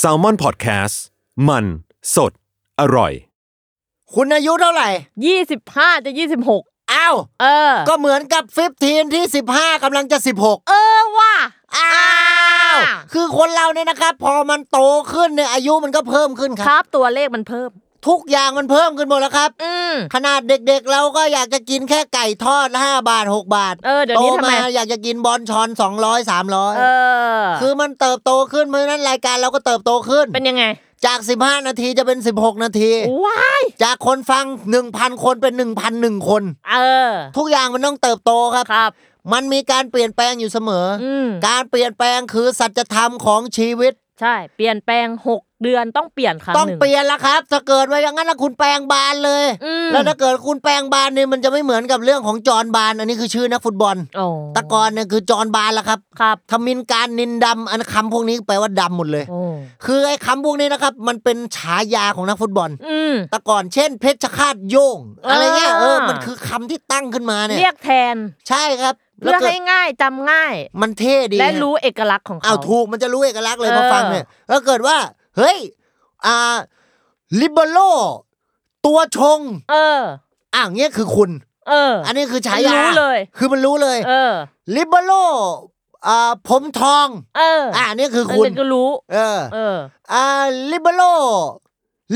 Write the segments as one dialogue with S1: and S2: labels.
S1: s a l ม o n PODCAST มันสดอร่อย
S2: คุณอายุเท่าไหร่
S3: ยี่สิบห้าจะยี่สิบหก
S2: อ้าว
S3: เออ
S2: ก็เหมือนกับ 15 ที่ 15กำลังจะ 16
S3: เออว่ะ
S2: อ้าว คือคนเราเนี่ยนะครับ พอมันโตขึ้นเนี่ยอายุมันก็เพิ่มขึ้นค
S3: ค
S2: รั
S3: รับ บตัวเลขมันเพิ่ม
S2: ทุกอย่างมันเพิ่มขึ้นหมดแล้วครับ
S3: อืม
S2: ขนาดเด็กๆ เราก็อยากจะกินแค่ไก่ทอด 5 บาท 6 บาท
S3: เออเดี๋ยวนี้
S2: โต
S3: ทำไม
S2: มาอยากจะกินบอลชอน 200 300
S3: เออ
S2: คือมันเติบโตขึ้นเพราะฉะนั้นรายการเราก็เติบโตขึ้น
S3: เป็นยังไง
S2: จาก 15 นาทีจะเป็น 16 นาที
S3: ว้าย
S2: จากคนฟัง 1,000 คนเป็น 1,001 คน
S3: เออ
S2: ทุกอย่างมันต้องเติบโตครับ
S3: ครับ
S2: มันมีการเปลี่ยนแปลงอยู่เสมออ
S3: อืม
S2: การเปลี่ยนแปลงคือสัจธรรมของชีวิต
S3: ใช่ เปลี่ยนแปลงหกเดือนต้องเปลี่ยนครั้ง
S2: ต้อง
S3: หนึ่ง
S2: เปลี่ยนละครับ ถ้าเกิดไว้อย่างนั้นละคุณแปลงบานเลย
S3: อืม
S2: แล้วถ้าเกิดคุณแปลงบานเนี่ยมันจะไม่เหมือนกับเรื่องของจอห์นบาน อันนี้คือชื่อนักฟุตบอล
S3: อ๋อ
S2: ตะกอนเนี่ยคือจอห์นบานละครับ
S3: ครับ
S2: ทมินการนินดำอันคำพวกนี้แปลว่าดำหมดเลย
S3: โอ้
S2: คือไอ้คำพวกนี้นะครับ มันเป็นฉายาของนักฟุตบอล
S3: อืม
S2: แต่ก่อนเช่น เพชรฆาตโยง อะไรเงี้ย
S3: อ่า
S2: เออมันคือคำที่ตั้งขึ้นมาเนี่ย
S3: เรียกแทน
S2: ใช่ครับ
S3: เพื่อ
S2: เกิด
S3: ให้ง่ายจำง่าย
S2: มันเท่ดี
S3: และ
S2: ฮะ
S3: รู้เอกลักษณ์ของเขา
S2: เอาถูกมันจะรู้เอกลักษณ์เลย
S3: เออ
S2: พอฟังเนี่ยแล้วเกิดว่า เฮ้ย อ่าลิเบโรตัวชง
S3: เออ
S2: อ่ะอย่างเงี้ยคือคุณ
S3: เออ
S2: อันนี้คือฉา
S3: มัน
S2: ยา
S3: รู้เลย
S2: คือมันรู้เลย
S3: เออ
S2: ลิเบโรอ่าผมทอง
S3: เออ
S2: อ่ะ
S3: อ่ะ
S2: อันนี้คือ
S3: มัน
S2: คุณ
S3: ก็รู้
S2: เออ
S3: เออ
S2: อ่าลิเบโร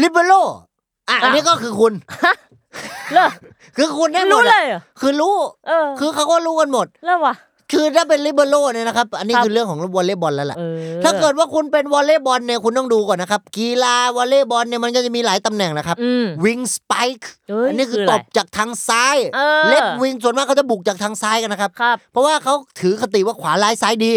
S2: ลิเบโรอ่ะอันนี้ก็คือคุณ
S3: เลิก
S2: คือคุณแน่นอน
S3: รู้เลย
S2: อะ
S3: เหรอ
S2: คือรู้
S3: เออ
S2: คือเขาก็รู้กันหมด
S3: เลิกว่ะ
S2: คือถ้าเป็นลิเบโรเนี่ยนะครับ อันนี้
S3: ครับ
S2: คือเรื่องของวอลเลย์บอลแล้วล่ะ
S3: เออ
S2: ถ้าเกิดว่าคุณเป็นวอลเลย์บอลเนี่ยคุณต้องดูก่อนนะครับ กีฬาวอลเลย์บอลเนี่ยมันก็จะมีหลายตำแหน่งนะครับ
S3: อืม
S2: วิงสไปค์
S3: เอ้ย
S2: อันนี้คื
S3: คือ ออะไร
S2: ตบจากทางซ้าย
S3: เออ
S2: เลฟวิงส่วนมากเขาจะบุกจากทางซ้ายกันนะครับ
S3: ครับ
S2: เพราะว่าเขาถือคติว่าขวาร้ายซ้ายดี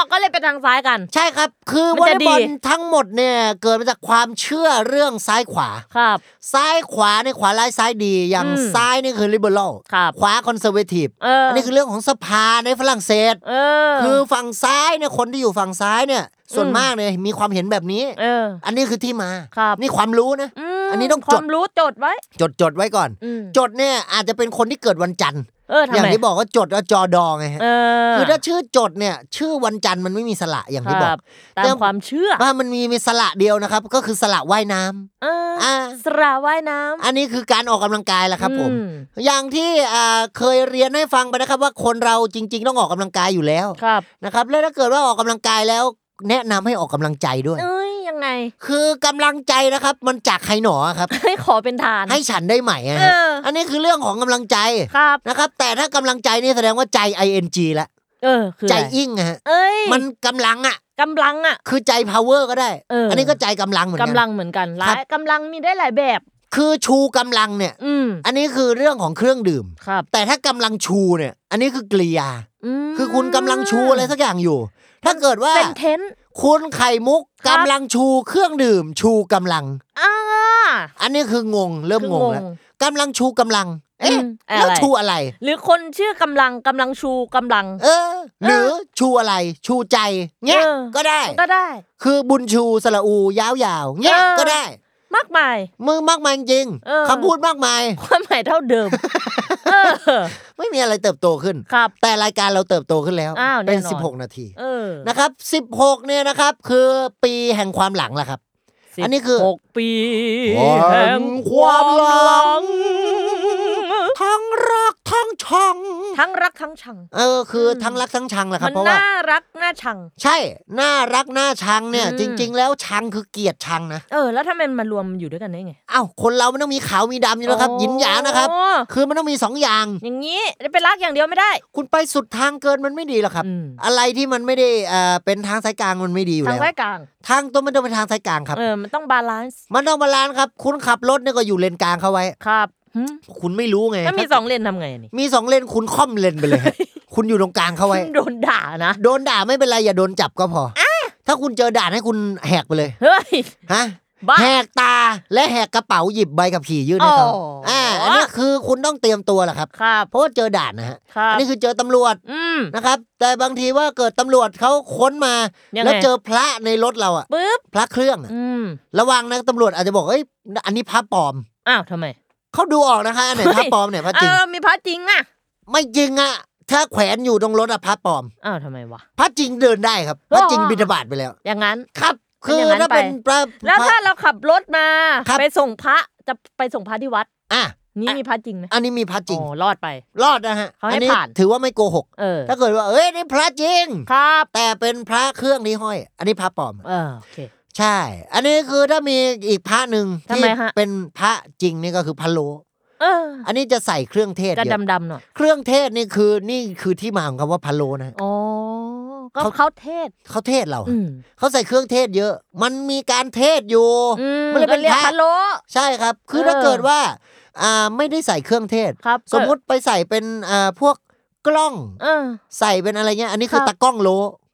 S3: ก็เลยไปทางซ้ายกัน
S2: ใช่ครับ คือ
S3: มั
S2: วอล
S3: น
S2: เล
S3: จะ
S2: ย์
S3: ดี
S2: บอลทั้งหมดเนี่ยเกิดมาจากความเชื่อเรื่องซ้ายขวา
S3: ครับ
S2: ซ้ายขวาเนี่ยขวาร้ายซ้ายดี อย่าง
S3: อืม
S2: ซ้ายนี่คือลิเบอรัล
S3: ครับ
S2: ขวาคอนเซอร์เวทีฟ
S3: เออ
S2: อันนี้คือเรื่องของสภาในฝรั่งเศส
S3: เออ
S2: คือฝั่งซ้ายเนี่ยคนที่อยู่ฝั่งซ้ายเนี่ยส่วน
S3: อืม
S2: มากเนี่ยมีความเห็นแบบนี้
S3: เออ
S2: อันนี้คือที่มา
S3: ครับ
S2: นี่ความรู้นะ
S3: ม
S2: อันนี้ต้อง
S3: ค
S2: จ
S3: วา
S2: ด
S3: มรู้จดไว้
S2: จดจดไว้ก่อน
S3: อืม
S2: จดเนี่ยอาจจะเป็นคนที่เกิดวันจันทร์
S3: เออทำ
S2: อย่าง
S3: ไม
S2: ที่บอกว่าจดแล้วจอดองไงฮะ
S3: เออ
S2: คือถ้าชื่อจดเนี่ย ชื่อวันจันทร์มันไม่มีสระอย่างที่บ
S3: ค
S2: อ
S3: รั
S2: ก
S3: ตามความเชื่อ
S2: ว่ามันมีมีสระเดียวนะครับ ก็คือสระว่ายน้ำ
S3: เออ
S2: อ่า
S3: สระว่ายน้ำ
S2: อันนี้คือการออกกำลังกายแหละครับผม
S3: อื
S2: อย่างที่อ่าเคยเรียนให้ฟังไปนะครับ ว่าคนเราจริง ๆ ต้องออกกำลังกายอยู่แล้ว
S3: ครับ
S2: นะครับ แล้วถ้าเกิดว่าออกกำลังกายแล้ว แนะนำให้ออกกำลังใจด้วย
S3: เอ้ยยังไง
S2: คือกำลังใจนะครับ มันจากใครหนอครับ
S3: ให้ขอเป็นทาน
S2: ให้ฉันได้ไหมอะ
S3: เอ
S2: ฮะ
S3: ออั
S2: อันนี้คือเรื่องของกำลังใจ
S3: ครับ
S2: นะครับ แต่ถ้ากำลังใจนี่แสดงว่าใจ ing ละ
S3: เออ คือ
S2: ใจ
S3: อะไร
S2: อิ่งอะฮะ
S3: เอ้ย
S2: มันกำลังอะ
S3: กำลังอ่ะ
S2: คือใจ power ก็ได้
S3: เอออั
S2: อันนี้ก็ใจกำลังเหมือนกั
S3: กำลั
S2: น
S3: งเหมือนกันห
S2: ครั
S3: ลา
S2: บ
S3: ยกำลังมีได้หลายแบบ
S2: คือชูกำลังเนี่ย
S3: อืม
S2: อันนี้คือเรื่องของเครื่องดื่ม
S3: ครับ
S2: แต่ถ้ากำลังชูเนี่ย อันนี้คือกริยา
S3: อืม
S2: คือคุณกำลังชูอะไรสักอย่างอยู่ ถ้าเกิดว่า
S3: เป็นเทนต์
S2: คุณไข่มุก
S3: ครั
S2: กำ
S3: บ
S2: ลังชูเครื่องดื่ม ชูกำลัง
S3: อ่า
S2: อันนี้คืองงเริ่มงงแล้วกำลังชูกำลัง เอ๊ะ
S3: ม
S2: แล้ว
S3: อะไร
S2: ชูอะไร
S3: หรือคนชื่อกำลังกำลังชูกำลัง
S2: เออ หรือชูอะไร ชูใจเงี้ย
S3: เออ
S2: ก็ได้
S3: ก็ได้
S2: คือบุญชูสระอูยาวยาวๆเงี้ย
S3: เออ
S2: ก็ได้
S3: มากมาย
S2: มือมากมายจริง
S3: เออ
S2: คำพูดมากมาย
S3: ความหมายเท่า เดิม เออ
S2: ไม่มีอะไรเติบโตขึ้น
S3: ครับ
S2: แต่รายการเราเติบโตขึ้นแล้ว
S3: อ้าว
S2: เป็น
S3: แน่นอน
S2: 16 นาที
S3: เออ
S2: นะครับ 16 เนี่ยนะครับ คือปีแห่งความหลังล่ะครับ อันนี้คือ
S3: หกปีแห่งความหลัง
S2: ทั้งรักทั้งชัง
S3: ทั้งรักทั้งชัง
S2: เออคืออ
S3: ม
S2: ทั้งรักทั้งชังแหละครับ
S3: มัน
S2: เพราะว่า
S3: น่ารักน่าชัง
S2: ใช่น่ารักน่าชังเนี่ย
S3: อืม
S2: จริง ๆ แล้วชังคือเกลียดชังนะ
S3: เออ แล้วทำไมมันมารวมอยู่ด้วยกันได้ไง
S2: อ้าวคนเรามันต้องมีขาวมีดำอยู่แล้วครับ
S3: โอ้
S2: หยินหยางนะครับ คือมันต้องมีสองอย่าง
S3: อย่างนี้ไปรักอย่างเดียวไม่ได้
S2: คุณไปสุดทางเกินมันไม่ดีหรอกครับ
S3: อืม
S2: อะไรที่มันไม่ได้เอ่อเป็นทางสายกลางมันไม่ดีอยู่
S3: ทาง
S2: แล้ว
S3: ใต้กลาง
S2: ทางตัวมันต้องเป็นทางสายกลางครับ
S3: เออ มันต้องบาลานซ์
S2: มันต้องบาลานซ์ครับ คุณขับรถเนี่ยก็อยู่เลนกลางเข้าไว้
S3: ครับหืม
S2: คุณไม่รู้ไง
S3: ถ้ามี
S2: ถ้า
S3: สองเลนทำไงนี่
S2: มีสองเลนคุณค่อมเลนไป เลยฮะ คุณอยู่ตรงกลางเข้าไว้
S3: โดนด่านะ
S2: โดนด่าไม่เป็นไรอย่าโดนจับก็พออถ้าคุณเจอด่านให้คุณแหกไปเลย
S3: เฮ้ย
S2: ฮะ
S3: บ้า
S2: แหกตาและแหกกระเป๋าหยิบใบขับขี่ยื่นให้เขา
S3: อ๋ออ่
S2: อ่าอันนี้คือคุณต้องเตรียมตัวแหละครับ
S3: ครับ
S2: เพราะว่าเจอด่านนะฮะ
S3: ครับ
S2: อันนี้คือเจอตำรวจ
S3: อืม
S2: นะครับ แต่บางทีว่าเกิดตำรวจเขาค้นมาย
S3: งไง
S2: แล้วเจอพระในรถเราอะ
S3: ปึ๊บ
S2: พระเครื่องอะ
S3: อืม
S2: ระวังนะตำรวจอาจจะบอกเอ้ยอันนี้พระปลอม
S3: อ้าวทำไม
S2: เขาดูออกนะคะอันไหน
S3: เฮ้ย
S2: พระปลอมเนี่ยพระจริง
S3: เออมีพระจริงอ่ะ
S2: ไม่จริงอะ ถ้าแขวนอยู่ตรงรถอะพระปลอม
S3: อ้าวทำไมวะ
S2: พระจริงเดินได้ครับ พระจริง
S3: อ๋อ
S2: บิณฑบาตไปแล้ว
S3: อย่างนั้น
S2: ครับ
S3: เป็
S2: คื
S3: น
S2: อ
S3: อย่างนั้น
S2: ถ้าเป็น
S3: ไป
S2: พระ
S3: แล้ว
S2: พระ
S3: ถ้าเราขับรถมา
S2: ครับ
S3: ไปส่งพระจะไปส่งพระที่วัด
S2: อ่ะ
S3: นี่มีพระจริงไหม
S2: อันนี้มีพระจริง
S3: อ๋อรอดไป
S2: รอดนะฮะ
S3: เขาให้
S2: อันี้
S3: ผ่าน
S2: ถือว่าไม่โกหก
S3: เออ
S2: ถ้าเกิดว่า เอ้ยนี่พระจริง
S3: ครับ
S2: แต่เป็นพระเครื่องที่ห้อย อันนี้พระปลอม
S3: เออโอเค
S2: ใช่ อันนี้คือถ้ามีอีกพระหนึ่ง
S3: ทำไมฮะ
S2: เป็นพระจริงนี่ก็คือพะโล
S3: เออ
S2: อันนี้จะใส่เครื่องเทศ
S3: จะ
S2: เยอะ
S3: ดำๆหน่อย
S2: เครื่องเทศนี่คือนี่คือที่มาของคำว่าพะโลนะ
S3: อ๋อก็
S2: เขา
S3: เขาเทศ
S2: เขาเทศเรา
S3: อืม
S2: เขาใส่เครื่องเทศเยอะ มันมีการเทศอยู่
S3: อื
S2: มันเลย
S3: ก็
S2: เป็น
S3: เรียก
S2: พระ
S3: พะโล
S2: ใช่ครับ คือ
S3: เออ
S2: ถ้าเกิดว่าอ่าไม่ได้ใส่เครื่องเทศ
S3: ครับ
S2: สมมุติไปใส่เป็นอ่าพวกกล้อง
S3: เออ
S2: ใส่เป็นอะไรเงี้ย อันนี้คือ
S3: ครับ
S2: ตะกล้องโล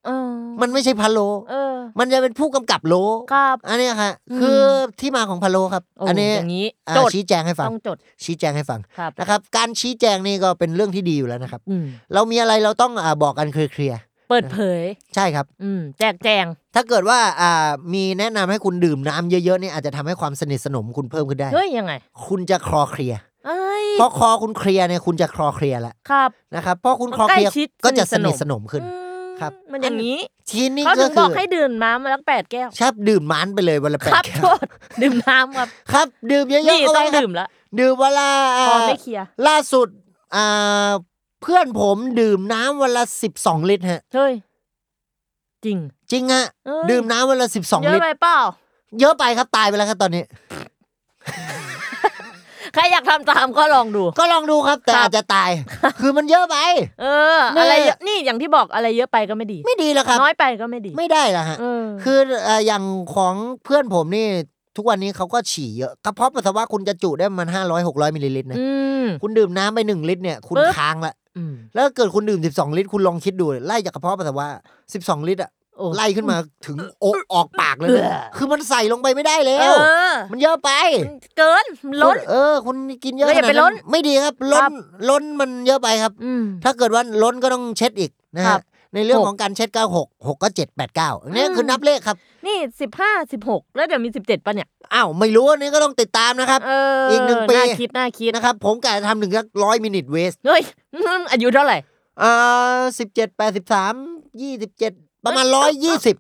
S3: เออ
S2: มันไม่ใช่พะโล
S3: เออ
S2: มันจะเป็นผู้กำกับโล
S3: ครับ
S2: อันเนี้ยฮะ
S3: อืม
S2: คือที่มาของพะโลครับ
S3: โอ้
S2: อันนี้
S3: อย่างนี้
S2: อ่า
S3: จด
S2: ชี้แจงให้ฟัง
S3: ต้องจด
S2: ชี้แจงให้ฟัง
S3: ครับ
S2: นะครับ การชี้แจงนี่ก็เป็นเรื่องที่ดีอยู่แล้วนะครับ
S3: อืม
S2: เรามีอะไรเราต้องอาบอกกันเคลียร์
S3: เปิดเผย
S2: ๆใช่ครับ
S3: อืม แจกแจง
S2: ถ้าเกิดว่าอ่ามีแนะนำให้คุณดื่มน้ำเยอะๆนี่อาจจะทำให้ความสนิทสนมคุณเพิ่มขึ้นได้
S3: เฮ้ย ยังไง
S2: คุณจะคลอเคลียร์
S3: เอ้ย
S2: พอคอคุณเคลียร์เนี่ยคุณจะคลอเคลียร์แล้ว
S3: ครับ
S2: นะครับพอคุณคลอเคลียร์
S3: ใกล้ชิด
S2: ก็จะสนิทสนมขึ้น
S3: อืม
S2: ครับ
S3: มันอย่างนี้
S2: ทีนี้
S3: เขา
S2: ก็
S3: ถึง
S2: คื
S3: บอก
S2: อ
S3: ให้ดื่มน้ำมาละแปดแก้ว
S2: ชอบดื่มมันไปเลยวันละแป
S3: ค
S2: ด
S3: รับ
S2: แก้
S3: โท
S2: ว
S3: ษดื่มน้ำครับ
S2: ครับ ดื่มเยอะๆ
S3: นี่
S2: เอา
S3: ต้
S2: ไว้
S3: อง
S2: ครับ
S3: ดื่มละ
S2: ดื่มเวนลา
S3: พอไม่เคลียร์
S2: ล่าสุดอ่าเพื่อนผมดื่มน้ำวันละ 12 ลิตรฮะ
S3: เฮ้ย จริง
S2: จริงฮะ
S3: เอ้ย
S2: ดื่มน้ำวันละ
S3: เย
S2: 12 ลิต
S3: อะ
S2: ร
S3: ไปเปล่า
S2: เยอะไปครับตายไปแล้วครับตอนนี้
S3: ใครอยากทำตามก็ลองดู
S2: ก็ลองดูครับแต่
S3: ครับ
S2: อาจจะตาย คือมันเยอะไป
S3: เออ
S2: แม่
S3: อะไรเยอะนี่อย่างที่บอกอะไรเยอะไปก็ไม่ดี
S2: ไม่ดีแล้วครับ
S3: น้อยไปก็ไม่ดี
S2: ไม่ได้ละฮะ
S3: เออ
S2: คือเอ่ออย่างของเพื่อนผมนี่ ทุกวันนี้เขาก็ฉี่เยอะกระเพาะปัสสาวะคุณจะจุได้ประมัน500 600มิลลิลิตรนะ
S3: อืม
S2: คุณดื่มน้ำไป 1 ลิตรเนี่ยคุณ
S3: ปึ๊บ
S2: ค้างละ
S3: อืม
S2: แล้วเกิดคุณดื่ม 12 ลิตรคุณลองคิดดูไล่จากกระเพาะปัสสาวะ12 ลิตรอะ
S3: โอ้
S2: ไล่ขึ้นมาถึงโอะออกปากเลยนะ
S3: เออ
S2: คือมันใส่ลงไปไม่ได้แล้
S3: เอ
S2: ว
S3: อ
S2: มันเยอะไป
S3: เกินล้
S2: คุ
S3: น
S2: ณเออ คุณกินเยอะ
S3: แล้วอย่า
S2: ขด
S3: ไปล้น
S2: ไม่ดีครับ ล้น
S3: ครับ
S2: ล้นมันเยอะไปครับ
S3: อืม
S2: ถ้าเกิดว่าล้นก็ต้องเช็ดอีกนะ
S3: ครั
S2: ฮะ
S3: บ
S2: ในเรื่อง
S3: หก
S2: ของการเช็ดเก้าหกหกก็เจ็ดแปดเก้าอันนี้
S3: อืม
S2: คือนับเลขครับ
S3: นี่สิบห้าสิบหกแล้วเดี๋ยวมีสิบเจ็ดป่ะเนี่ย
S2: อ้าวไม่รู้อันนี้ก็ต้องติดตามนะครับ
S3: เอออี
S2: อีกหนึ่งปี
S3: น่าคิดน่าคิด
S2: นะครับ ผมกะจะทำถึงสักร้อยมินิทเวส
S3: เฮ้ย อืมอายุเท่าไหร่
S2: อ่าสิบเจ็ดแปดสิบสามยี่สิบเจ็ดประมาณร้อยยี่สิบ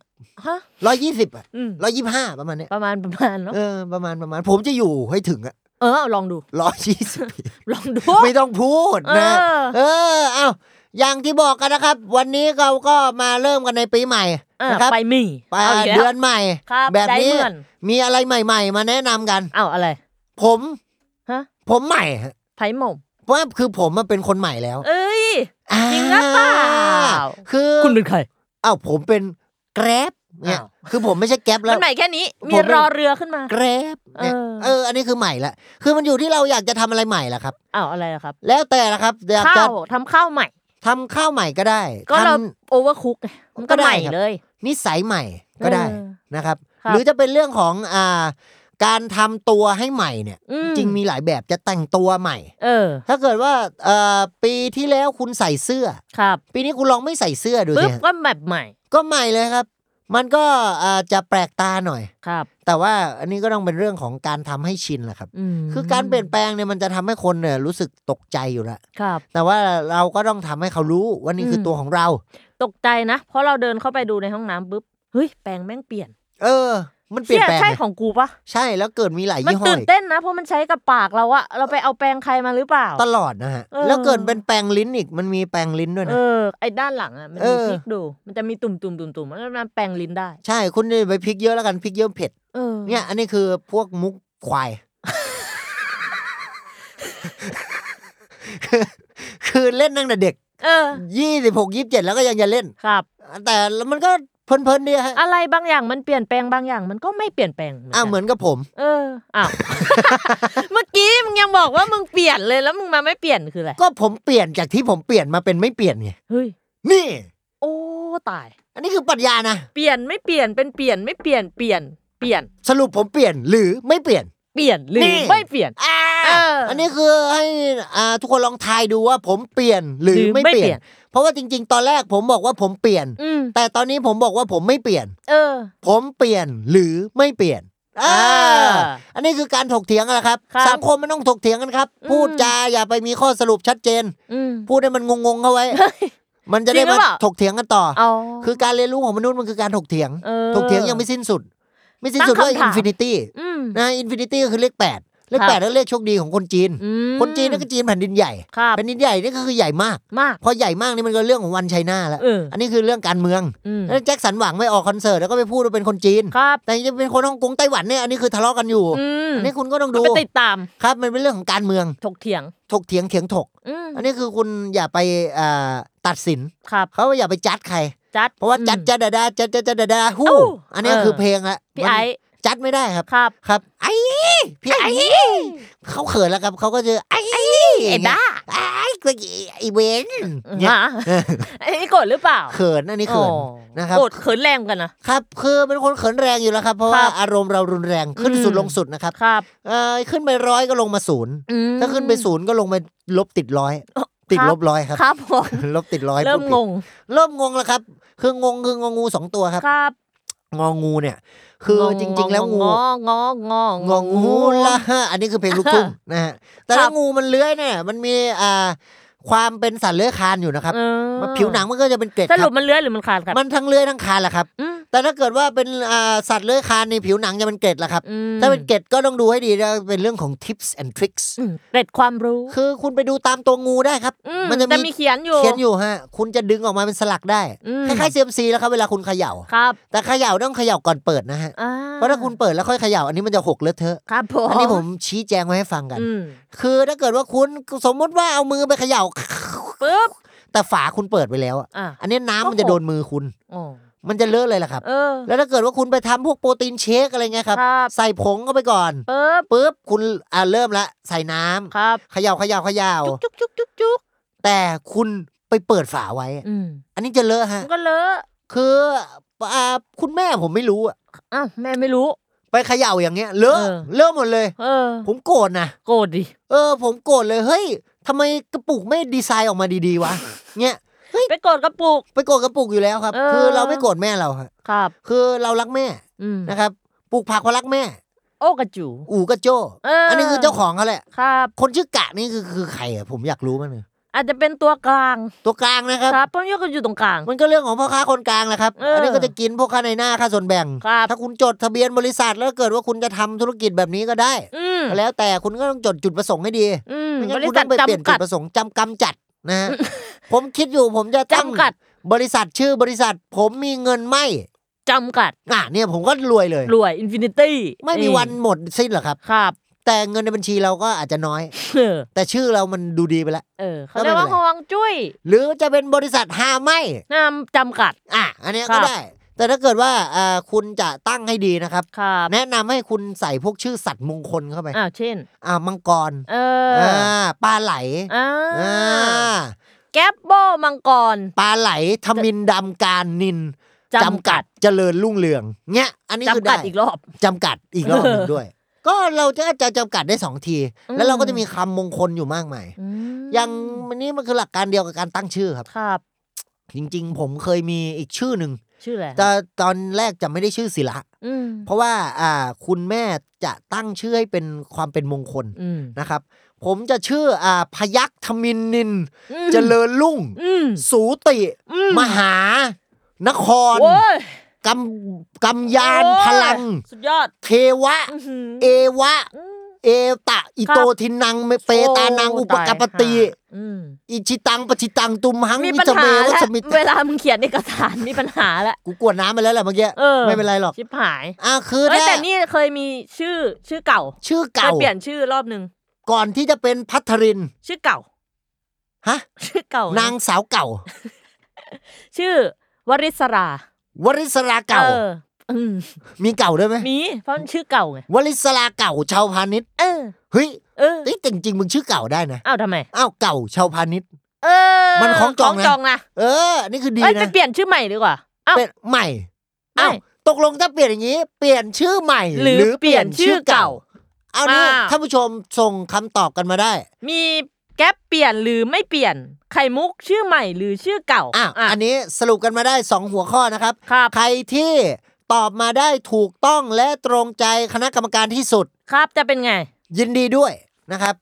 S3: ฮะ
S2: ร้อยยี่สิบอะ
S3: อืม
S2: ร้อยยี่ห้าประมาณเนี้ย
S3: ประมาณ ประมาณเนาะ
S2: เออประมาณประมาณ ผมจะอยู่ให้ถึงอะ
S3: เออ ลองดู
S2: ร้อยยี่สิบ
S3: ลองดู
S2: ไม่ต้องพูดนะ
S3: เออ
S2: เออ เอาอย่างที่บอกกันนะครับ วันนี้เราก็มาเริ่มกันในปีใหม่
S3: เออ
S2: นะครับ
S3: ไปหมี
S2: ไป
S3: าากแล้ว
S2: เดือนใหม่
S3: ครับ
S2: แบบนี้
S3: ได้เหมือน
S2: มีอะไรใหม่ ๆ มาแนะนำกัน
S3: อ้าวอะไร
S2: ผม
S3: ฮะ
S2: ผมใหม่ฮะ
S3: ไผ่หม่อม
S2: เพราะว่าคือผมมันเป็นคนใหม่แล้ว
S3: เอ้ย
S2: อ่า
S3: จริงหรือเปล่า
S2: คือ
S3: คุณเป็นใคร
S2: เอ้าผมเป็นแกร็บเนี่ย
S3: อ้าว
S2: คือผมไม่ใช่แกร็บแล้ว
S3: มันใหม่แค่นี้
S2: ผม
S3: มี
S2: เป็น
S3: รอเรือขึ้นมา
S2: แกร็บเนี่ย
S3: เออ
S2: เออ อันนี้คือใหม่ละคือมันอยู่ที่เราอยากจะทำอะไรใหม่ละครับ
S3: อ้าวอะไรล่ะครับ
S2: แล้วแต่ละครับอยากจะ
S3: ข้าวทำข้าวใหม่
S2: ทำข้าวใหม่ก็ได้
S3: ก็เรา
S2: ทำ
S3: โอเวอร์คุกไงมัน
S2: ก็
S3: ก็
S2: ได้
S3: ใหม่
S2: ครับ
S3: เลย
S2: นิสัยใหม่ก็ได้
S3: เออ
S2: นะครับ
S3: ครับ
S2: หรือจะเป็นเรื่องของอ่าการทำตัวให้ใหม่เนี่ย
S3: อื
S2: จริงมีหลายแบบจะแต่งตัวใหม่
S3: เออ
S2: ถ้าเกิดว่าเอ่อปีที่แล้วคุณใส่เสื้อ
S3: ครับ
S2: ปีนี้คุณลองไม่ใส่เสื้อดูสิ
S3: ปึ๊บ
S2: ฮะ
S3: ก็แบบใหม่
S2: ก็ใหม่เลยครับ มันก็อ่าจะแปลกตาหน่อย
S3: ครับ
S2: แต่ว่าอันนี้ก็ต้องเป็นเรื่องของการทำให้ชินแหละครับ
S3: อืม
S2: คือการเปลี่ยนแปลงเนี่ยมันจะทำให้คนเนี่ยรู้สึกตกใจอยู่ละ
S3: ครับ
S2: แต่ว่าเราก็ต้องทำให้เขารู้ว่านี่คืออ
S3: ม
S2: ตัวของเรา
S3: ตกใจนะ เพราะเราเดินเข้าไปดูในห้องน้ำปุ๊บ เฮ้ย แปลงแม่งเปลี่ยน
S2: เออ มันเปลี่ยนแปลง
S3: ใช่
S2: นะ
S3: ของกูปะ
S2: ใช่แล้วเกิดมีหลาย
S3: มัน
S2: ยี่ห้อ
S3: ตื่น
S2: อีก
S3: เต้นนะ เพราะมันใช้กับปากเราอะเราไปเอาแปลงใครมาหรือเปล่า
S2: ตลอดนะฮะ
S3: เออ
S2: แล้วเกิดเป็นแปรงลิ้นอีก มันมีแปรงลิ้นด้วย
S3: เอ
S2: นะ
S3: อ ไอ้ด้านหลังอะมัน
S2: เอ
S3: มี
S2: อ
S3: พริกดู มันจะมีตุ่มตุ่มตุ่มตุ่มมันมันแปรงลิ้นได้
S2: ใช่คุณนี่ไปพริกเยอะแล้วกันพริกเยอะเผ็ด
S3: เออ
S2: เนี่ย อันนี้คือพวกมุกควาย คือคือเล่นตั้งแต่เด็ก
S3: เออ
S2: ยี่สิบหกยี่สิบเจ็ดแล้วก็ยังจะเล่น
S3: ครับ
S2: แต่มันก็เพลินๆดีฮะ
S3: อะไรบางอย่างมันเปลี่ยนแปลงบางอย่างมันก็ไม่เปลี่ยนแปลงกั
S2: อ่ะเหมือนกับผม
S3: เอออ้าว เมื่อกี้มึงยังบอกว่ามึงเปลี่ยนเลยแล้วมึงมาไม่เปลี่ยนคืออะไร
S2: ก็ผมเปลี่ยนจากที่ผมเปลี่ยนมาเป็นไม่เปลี่ยนไง
S3: เฮ้ย
S2: นี่
S3: โอ้ตาย
S2: อันนี้คือปรัชญานะ
S3: เปลี่ยนไม่เปลี่ยนเป็นเปลี่ยนไม่เปลี่ยนเปลี่ยนเปลี่ยน
S2: สรุปผมเปลี่ยนหรือไม่เปลี่ยน
S3: เปลี่ยนหรื
S2: นี่
S3: อไม่เปลี่ยน
S2: อ่า
S3: เอออั
S2: อันนี้คือให้อ่าทุกคนลองทายดูว่าผมเปลี่ยนหรือ
S3: หรือ
S2: ไม่
S3: ไม่
S2: เป
S3: เปลี่
S2: ลี่ย
S3: ย
S2: น
S3: น
S2: เพราะว่าจริง ๆ ตอนแรกผมบอกว่าผมเปลี่ยน
S3: อืม
S2: แต่ตอนนี้ผมบอกว่าผมไม่เปลี่ยน
S3: เออ
S2: ผมเปลี่ยนหรือไม่เปลี่ยน อ่า
S3: อ่า
S2: อันนี้คือการถกเถียงกันแหละครับ
S3: ครับ
S2: สังคมมันต้องถกเถียงกันครับ
S3: อืม
S2: พูดจาอย่าไปมีข้อสรุปชัดเจน
S3: อืม
S2: พูดให้มันงงๆเข้าไว้ มันจะได้
S3: จริงห
S2: มา
S3: รือเปล่า
S2: ถกเถียงกันต่ออ
S3: เอา
S2: คือการเรียนรู้ของมนุษย์มันคือการถกเถียง
S3: ออ
S2: ถกเถียงยังไม่สิ้นสุด ไม่สิ้นสุด
S3: ตั้งคำ
S2: ว่า
S3: ถา
S2: อิ
S3: ม
S2: นฟินิตี้
S3: อืม
S2: นะอินฟินิตี้ก็คือเลขแปดเลข
S3: ครับ
S2: แปดแล้วเลขโชคดีของคนจีน
S3: อืม
S2: คนจีนนั่นก็จีนแผ่นดินใหญ่
S3: ครับ
S2: แผ่นดินใหญ่นี่ก็คือใหญ่มาก
S3: มาก
S2: พอใหญ่มากนี่มันก็เรื่องของวันไชน่าแล้ว
S3: เอออั
S2: นนี้คือเรื่องการเมือง
S3: อืม
S2: แล้วแจ็คสันหวังไม่ออกคอนเสิร์ตแล้วก็ไปพูดว่าเป็นคนจีน
S3: ครับ
S2: แต่จะเป็นคนฮ่องกงไต้หวันเนี่ยอันนี้คือทะเลาะกันอยู่
S3: อืม
S2: อันนี้คุณก็ต้องดู
S3: ก็ติดตาม
S2: ครับมันเป็นเรื่องของการเมือง
S3: ถกเถียง
S2: ถกเถียงเถียงถก
S3: อืม
S2: อันนี้คือคุณอย่าไปอ่าตัดสิน
S3: ครับ
S2: เขาว่าอย่าไปจัดใคร
S3: จัด
S2: เพราะว่าจัด
S3: อืม
S2: จัดดาดาจัดจัดจัดดาดาฮู้
S3: เอ้า
S2: อันนี้
S3: เออ
S2: คือเพลงละ
S3: พี่
S2: มัน
S3: ไอ้
S2: จัดไม่ได้ครับ
S3: ครับ
S2: ครับไอ้พี่ไอ้เขาเขินแล้วครับเขาก็จะไอ้
S3: เอ็ดด้า
S2: ไอ้ก็ไอ้เวนเนี่ย
S3: ฮะไอ้นี่โกรธหรือเปล่า
S2: เขินอันนี้เขิน
S3: อ๋อ
S2: นะครับ
S3: โกรธเขินแรงกันนะ
S2: ครับคือเป็นคนเขินแรงอยู่แล้วครับ เพราะว่า
S3: ครับ
S2: อารมณ์เรารุนแรงขึ้น
S3: อืม
S2: สุดลงสุดนะครับ
S3: ครับ
S2: เอ่อขึ้นไปร้อยก็ลงมาศูนย์
S3: อืม
S2: ถ้าขึ้นไปศูนย์ก็ลงไปลบติดร้อย
S3: อ๋อ
S2: ติดลบร้อยครับ
S3: ครับผม
S2: ลบติดร้อย
S3: เริ่ม
S2: พูดผิด
S3: งง
S2: เริ่มงงแล้วครับ คืองงคืององูสองตัวครับ
S3: ครับ
S2: งองูเนี่ย คืองจริง ๆ แล้วงู
S3: งองององ
S2: องูละฮะอันนี้คือเพลงลูกทุ่งนะฮะแต่ถ้างูมันเลื้อยเนี่ยมันมีอ่าความเป็นสัตว์เลื้อยคลานอยู่นะครับ
S3: เออ
S2: ผิวหนังมันก็จะเป็นเกล็ด
S3: ส
S2: ค
S3: รุ
S2: รั
S3: ป
S2: บ
S3: มันเลื้อยหรือมันคลานครับ
S2: มันทั้งเลื้อยทั้งคลานแหละครับ
S3: อืม
S2: แต่ถ้าเกิดว่าเป็นอ่าสัตว์เลื้อยคลานในผิวหนังจะเป็นเกล็ดละครับ
S3: อืม
S2: ถ้าเป็นเกล็ดก็ต้องดูให้ดีนะเป็นเรื่องของ tips and tricks
S3: อืมเกร็ดความรู้
S2: คือคุณไปดูตามตัวงูได้ครับ
S3: ม
S2: มันจะ
S3: แต่
S2: มี
S3: มีเขียนอยู่
S2: เขียนอยู่ฮะ คุณจะดึงออกมาเป็นสลักได้
S3: อืม
S2: คล้ายๆ CMC แล้วครับเวลาคุณเขย่า
S3: ครับ
S2: แต่เขย่าต้องเขย่าก่อนเปิดนะฮะ
S3: อ่
S2: เพราะถ้าคุณเปิดแล้วค่อยเขย่าอันนี้มันจะหกเลอะเทอะ
S3: ครับผม
S2: อันนี้ผมชี้แจงไว้ให้ฟังกัน
S3: อืม
S2: คือถ้าเกิดว่าคุณสมมติว่าเอามือไปเขย่า
S3: ปึ๊บ
S2: แต่ฝาคุณเปิดไปแล้วอะ
S3: อ่ะ
S2: อันนี้น้ำมันจะ
S3: ก็หก
S2: โดนมือคุณ
S3: อ๋อ
S2: มันจะเลอะเลยล่ะครับ
S3: เออ
S2: แล้วถ้าเกิดว่าคุณไปทำพวกโปรตีนเชคอะไรเงี้ยครับ
S3: ครับ
S2: ใส่ผงเข้าไปก่อน
S3: ปึ๊บ
S2: ปุ๊บคุณอ่าเริ่มละใส่น้ำ
S3: ครับ
S2: เขย่าเขย่าเขย่า
S3: จุกจุกจุกจุกจุก
S2: แต่คุณไปเปิดฝาไว้อะ
S3: อืม
S2: อันนี้จะเลอะ
S3: มั
S2: ฮะ
S3: นก็เลอะ
S2: คืออ่าคุณแม่ผมไม่รู้อะ
S3: อ้าวแม่ไม่รู้
S2: ไปเขย่าอย่างเงี้ยเลอะ
S3: เออ
S2: เลอะหมดเลย
S3: เออ
S2: ผมโกรธนะ
S3: โกรธดิ
S2: เออ ผมโกรธเลยเฮ้ยทำไมกระปุกไม่ดีไซน์ออกมาดีๆวะเนี่ย
S3: ไปโกรธกระปุก
S2: ไปโกรธกระปุกอยู่แล้วครับ
S3: เออ
S2: คือเราไม่โกรธแม่เราฮะ
S3: ครับ
S2: คือเรารักแม่
S3: อืม
S2: นะครับปลูกผักเพราะรักแม่
S3: โอ้กระจู
S2: อู่กระโจ้
S3: เอออั
S2: อันนี้คือเจ้าของเขาแหละ
S3: ครับ
S2: คนชื่อกะนี่คือคือใครอะผมอยากรู้มากเลย
S3: อาจจะเป็นตัวกลาง
S2: ตัวกลางนะครับ
S3: ครับเพราะเนี่ยก็อยู่ตรงกลาง
S2: มันก็เรื่องของพ่อค้าคนกลางแหละครับ
S3: เอออั
S2: อันนี้ก็จะกินพวกค่าในหน้าค่าส่วนแบ่ง
S3: ครับ
S2: ถ้าคุณจดทะเบียนบริษัทแล้วเกิดว่าคุณจะทำธุรกิจแบบนี้ก็ได้
S3: อืม
S2: แล้วแต่คุณก็ต้องจดจุดประสงค์ให้ดี
S3: อืม
S2: ไม่
S3: บ
S2: งั้น
S3: ริ
S2: คุณ
S3: ษั
S2: ต้อง
S3: ท
S2: ไปเปลี่ยน
S3: จำ
S2: จุ
S3: กั
S2: ด
S3: ด
S2: ประสงค์จำกำจัดนะฮะ ผมคิดอยู่ผมจะตั้ง
S3: จำกัด
S2: บริษัทชื่อบริษัท ผมมีเงินไม่
S3: จำกัด
S2: อ่ะเนี่ยผมก็รวยเลย
S3: รวยอินฟินิตี้
S2: ไม่มีวันหมดสิ้นหรอกครับ
S3: ครับ
S2: แต่เงินในบัญชีเราก็อาจจะน้อย
S3: เออ
S2: แต่ชื่อเรามันดูดีไปแล้ว
S3: เออเขาเรียกว่า
S2: ไม่เป็
S3: ฮ
S2: นไร
S3: วงจุ้ย
S2: หรือจะเป็นบริษัทหาไม่
S3: นามจำกัด
S2: อ่ะอันเนี้ย
S3: ครั
S2: ก็
S3: บ
S2: ได้ แต่ถ้าเกิดว่าอ่าคุณจะตั้งให้ดีนะครับ
S3: ครับ
S2: แนะนำให้คุณใส่พวกชื่อสัตว์มงคลเข้าไป
S3: อ้าวเช่น
S2: อ่ามังกร
S3: เอออ
S2: ปลาไหล
S3: อ่า
S2: อ่า
S3: แก๊ปโบมังกร
S2: ปลาไหลทมินดำการนิน
S3: จำกัด
S2: เจริญรุ่งเรืองเนี้ยอันนี้คือ
S3: จำกั
S2: ได้
S3: ดอีกรอบ
S2: จำกัดอีกรอบหนึ่งด้วย ก็เราจะจะจำกัดได้สองที
S3: อืม
S2: แล้วเราก็จะมีคำมงคลอยู่มากมาย
S3: ม
S2: อย่างวันนี้มันคือหลักการเดียวกับการตั้งชื่อครับ
S3: ครับ
S2: จริง ๆ ผมเคยมีอีกชื่อหนึ่ง
S3: ชื่ออะไร
S2: แต่ตอนแรกจะไม่ได้ชื่อศิละ
S3: อืม
S2: เพราะว่าอ่าคุณแม่จะตั้งชื่อให้เป็นความเป็นมงคล
S3: อืม
S2: นะครับผมจะชื่ออ่าพยัคฆ์ธมินนิน
S3: อืม
S2: เจริญรุ่ง
S3: อืม
S2: สูติ
S3: อืม
S2: มหานคร
S3: โอ้ย
S2: กำกำยาน
S3: โอ้ย
S2: พลัง
S3: สุดยอด
S2: เทวะ
S3: อื้อหือ
S2: เอวะ เอตะ อิโตทินัง เปตานัง
S3: โ
S2: อุปกปปติ
S3: ายค่ะอืม
S2: อิชิตังปชิตังตุมหัง
S3: มี
S2: วิ
S3: ปัญ
S2: จเม
S3: หา
S2: วั
S3: แล้ว
S2: สมิต
S3: เวลามึงเขียนเอกสารมีปัญหาแล้ว
S2: กูกวดน้ำไปแล้วแหละเมื่อกี้
S3: เออ
S2: ไม่เป็นไรหรอก
S3: ชิบหาย
S2: อ่ะคือ
S3: เอ้ย
S2: ถ้า
S3: แต่นี่เคยมีชื่อชื่อเก่า
S2: ชื่อ
S3: เค
S2: เก่าย
S3: เปลี่ยนชื่อรอบหนึ่ง
S2: ก่อนที่จะเป็นพัทริน
S3: ชื่อเก่า
S2: ฮะ
S3: ชื่อเก่าน
S2: างสาวเก่า
S3: ชื่อ วริศราว
S2: ริศราเก่า
S3: อออืม
S2: มีเก่าด้วยไหม
S3: มีเพราะมันชื่อเก่าไง
S2: วลิศลาเก่าชาวพาณิชย์
S3: เออ
S2: เฮ้ย
S3: เออ
S2: เอ้ยแต่จริงๆมึงชื่อเก่าได้นะ
S3: อ้าวทำไม
S2: อ้าวเก่าชาวพาณิชย์
S3: เออ
S2: มันของจองนะ
S3: จองนะ
S2: เออ นี่คือดี
S3: เอ้ยไป
S2: นะ
S3: เปลี่ยนชื่อใหม่ดีกว่าอ้าว
S2: เป็นใหม่
S3: ไม่
S2: อ้าวตกลงถ้าเปลี่ยนอย่างนี้ เปลี่ยนชื่อใหม่
S3: หรือ
S2: เอานี่
S3: อ้าว
S2: ท่านผู้ชมส่งคำตอบกันมาได้
S3: มีแก๊ปเปลี่ยนหรือไม่เปลี่ยนไข่มุกชื่อใหม่หรือชื่อเก่า
S2: อ้าวอันนี้สรุปกันมาได้ 2 หัวข้อนะครับ
S3: ครับ
S2: ใครที่ ตอบมาได้ถูกต้องและตรงใจคณะกรรมการที่สุด
S3: ครับจะเป็นไง
S2: ยินดีด้วยนะครับ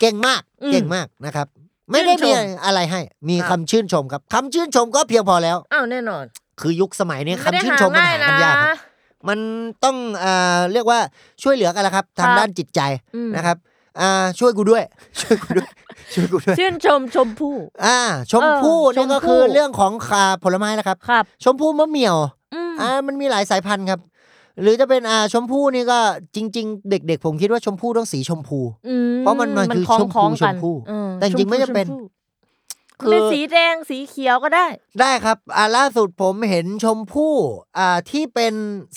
S2: เก่งมาก
S3: อืม
S2: เก่งมากนะครับ ไม่ได้มี
S3: ชื่นชม
S2: อะไรให้ มี
S3: ครั
S2: คำ
S3: บ
S2: ชื่นชมครับคำชื่นชมก็เพียงพอแล้ว
S3: อ้าวแน่นอน
S2: คือยุคสมัยนี้คำ
S3: ไได้
S2: ชื่นชมมัน
S3: ง่า
S2: หาย กั
S3: นะ
S2: นยากครับมันต้องเอ่อเรียกว่าช่วยเหลือกันละครับทาง
S3: ครับ
S2: ด้านจิตใจ
S3: อืม
S2: นะครับอ่าช่วยกูด้วย ช่วยกู ด้วยช่วยกูด้วย
S3: ชื่นชมชมพู่
S2: อ่า ชมพู่
S3: เออช
S2: นี่
S3: ม
S2: ก็
S3: พู่
S2: คือเรื่องของอ่าผลไม้แล้วครับ
S3: ครับ
S2: ชมพู่มะเหมี่ยว
S3: อืม
S2: อ่ามันมีหลายสายพันธุ์ครับ หรือจะเป็นอ่าชมพู่นี่ก็จริง ๆ เด็ก ๆ ผมคิดว่าชมพู่ต้องสีชมพู
S3: ม
S2: เพราะมันมันคือ
S3: คล้อง
S2: ชมพู
S3: คล้องกัน
S2: ชมพู่
S3: เออ
S2: แต่จริงๆไม่จำเป็น
S3: ชพู่ชมพู่เป็นสีแดงสีเขียวก็ได้
S2: ได้ครับอ่าล่าสุดผมเห็นชมพู่อ่าที่เป็น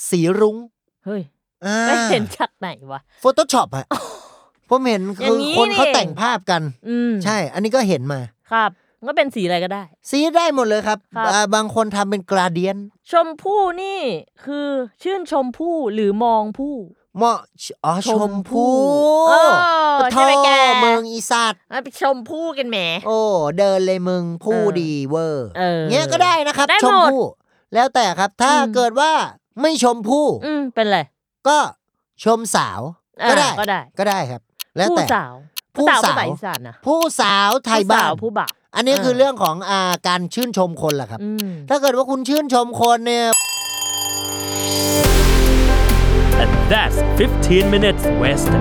S2: สีรุง้ง
S3: เฮ้ย
S2: อ่า
S3: ไม่เห็นจากไหนวะ
S2: โฟโต้ช็อป อะผมเห็น
S3: อย่า
S2: คือง
S3: นี้
S2: คนเขา
S3: นี่เอง
S2: แต่งภาพกัน
S3: อืม
S2: ใช่ อันนี้ก็เห็นมา
S3: ครับก็เป็นสีอะไรก็ได้
S2: สีได้หมดเลยครับ
S3: ครับ
S2: อ่าบางคนทำเป็นกราเดียน
S3: ชมพู่นี่คือชื่นชมพู่หรือมองผู้
S2: เหมาะอ๋อชมพู่
S3: เออ
S2: ปะ
S3: ใช่ไหมแก
S2: เมืองอีสาน
S3: เอาไปชมพู่กันแหม
S2: โอ้เดินเลยมึงผู้
S3: เออ
S2: ดีเวอร์
S3: เออ
S2: เงี้ยก็ได้นะครับ
S3: ได้
S2: ชม
S3: หมด
S2: พู่แล้วแต่ครับถ้า
S3: อืม
S2: เกิดว่าไม่ชมพู่
S3: อืมเป็นไร
S2: ก็ชมสาว
S3: อ่า
S2: ก็ได้
S3: ก็ได้
S2: ก็ได้ครับ แล้ว
S3: ผู้
S2: แต่
S3: สาว
S2: ผู้
S3: ผู้สา
S2: สา
S3: ว
S2: ว
S3: ภาษาอีสานนะ
S2: ผู้สาวไทย
S3: ผู้
S2: บ้า
S3: สาน วผู้บ่าว
S2: อันนี้
S3: อ่า
S2: คือเรื่องของอาการชื่นชมคนแหละครับ
S3: อืม
S2: ถ้าเกิดว่าคุณชื่นชมคนเนี่ย
S4: and that's 15 minutes west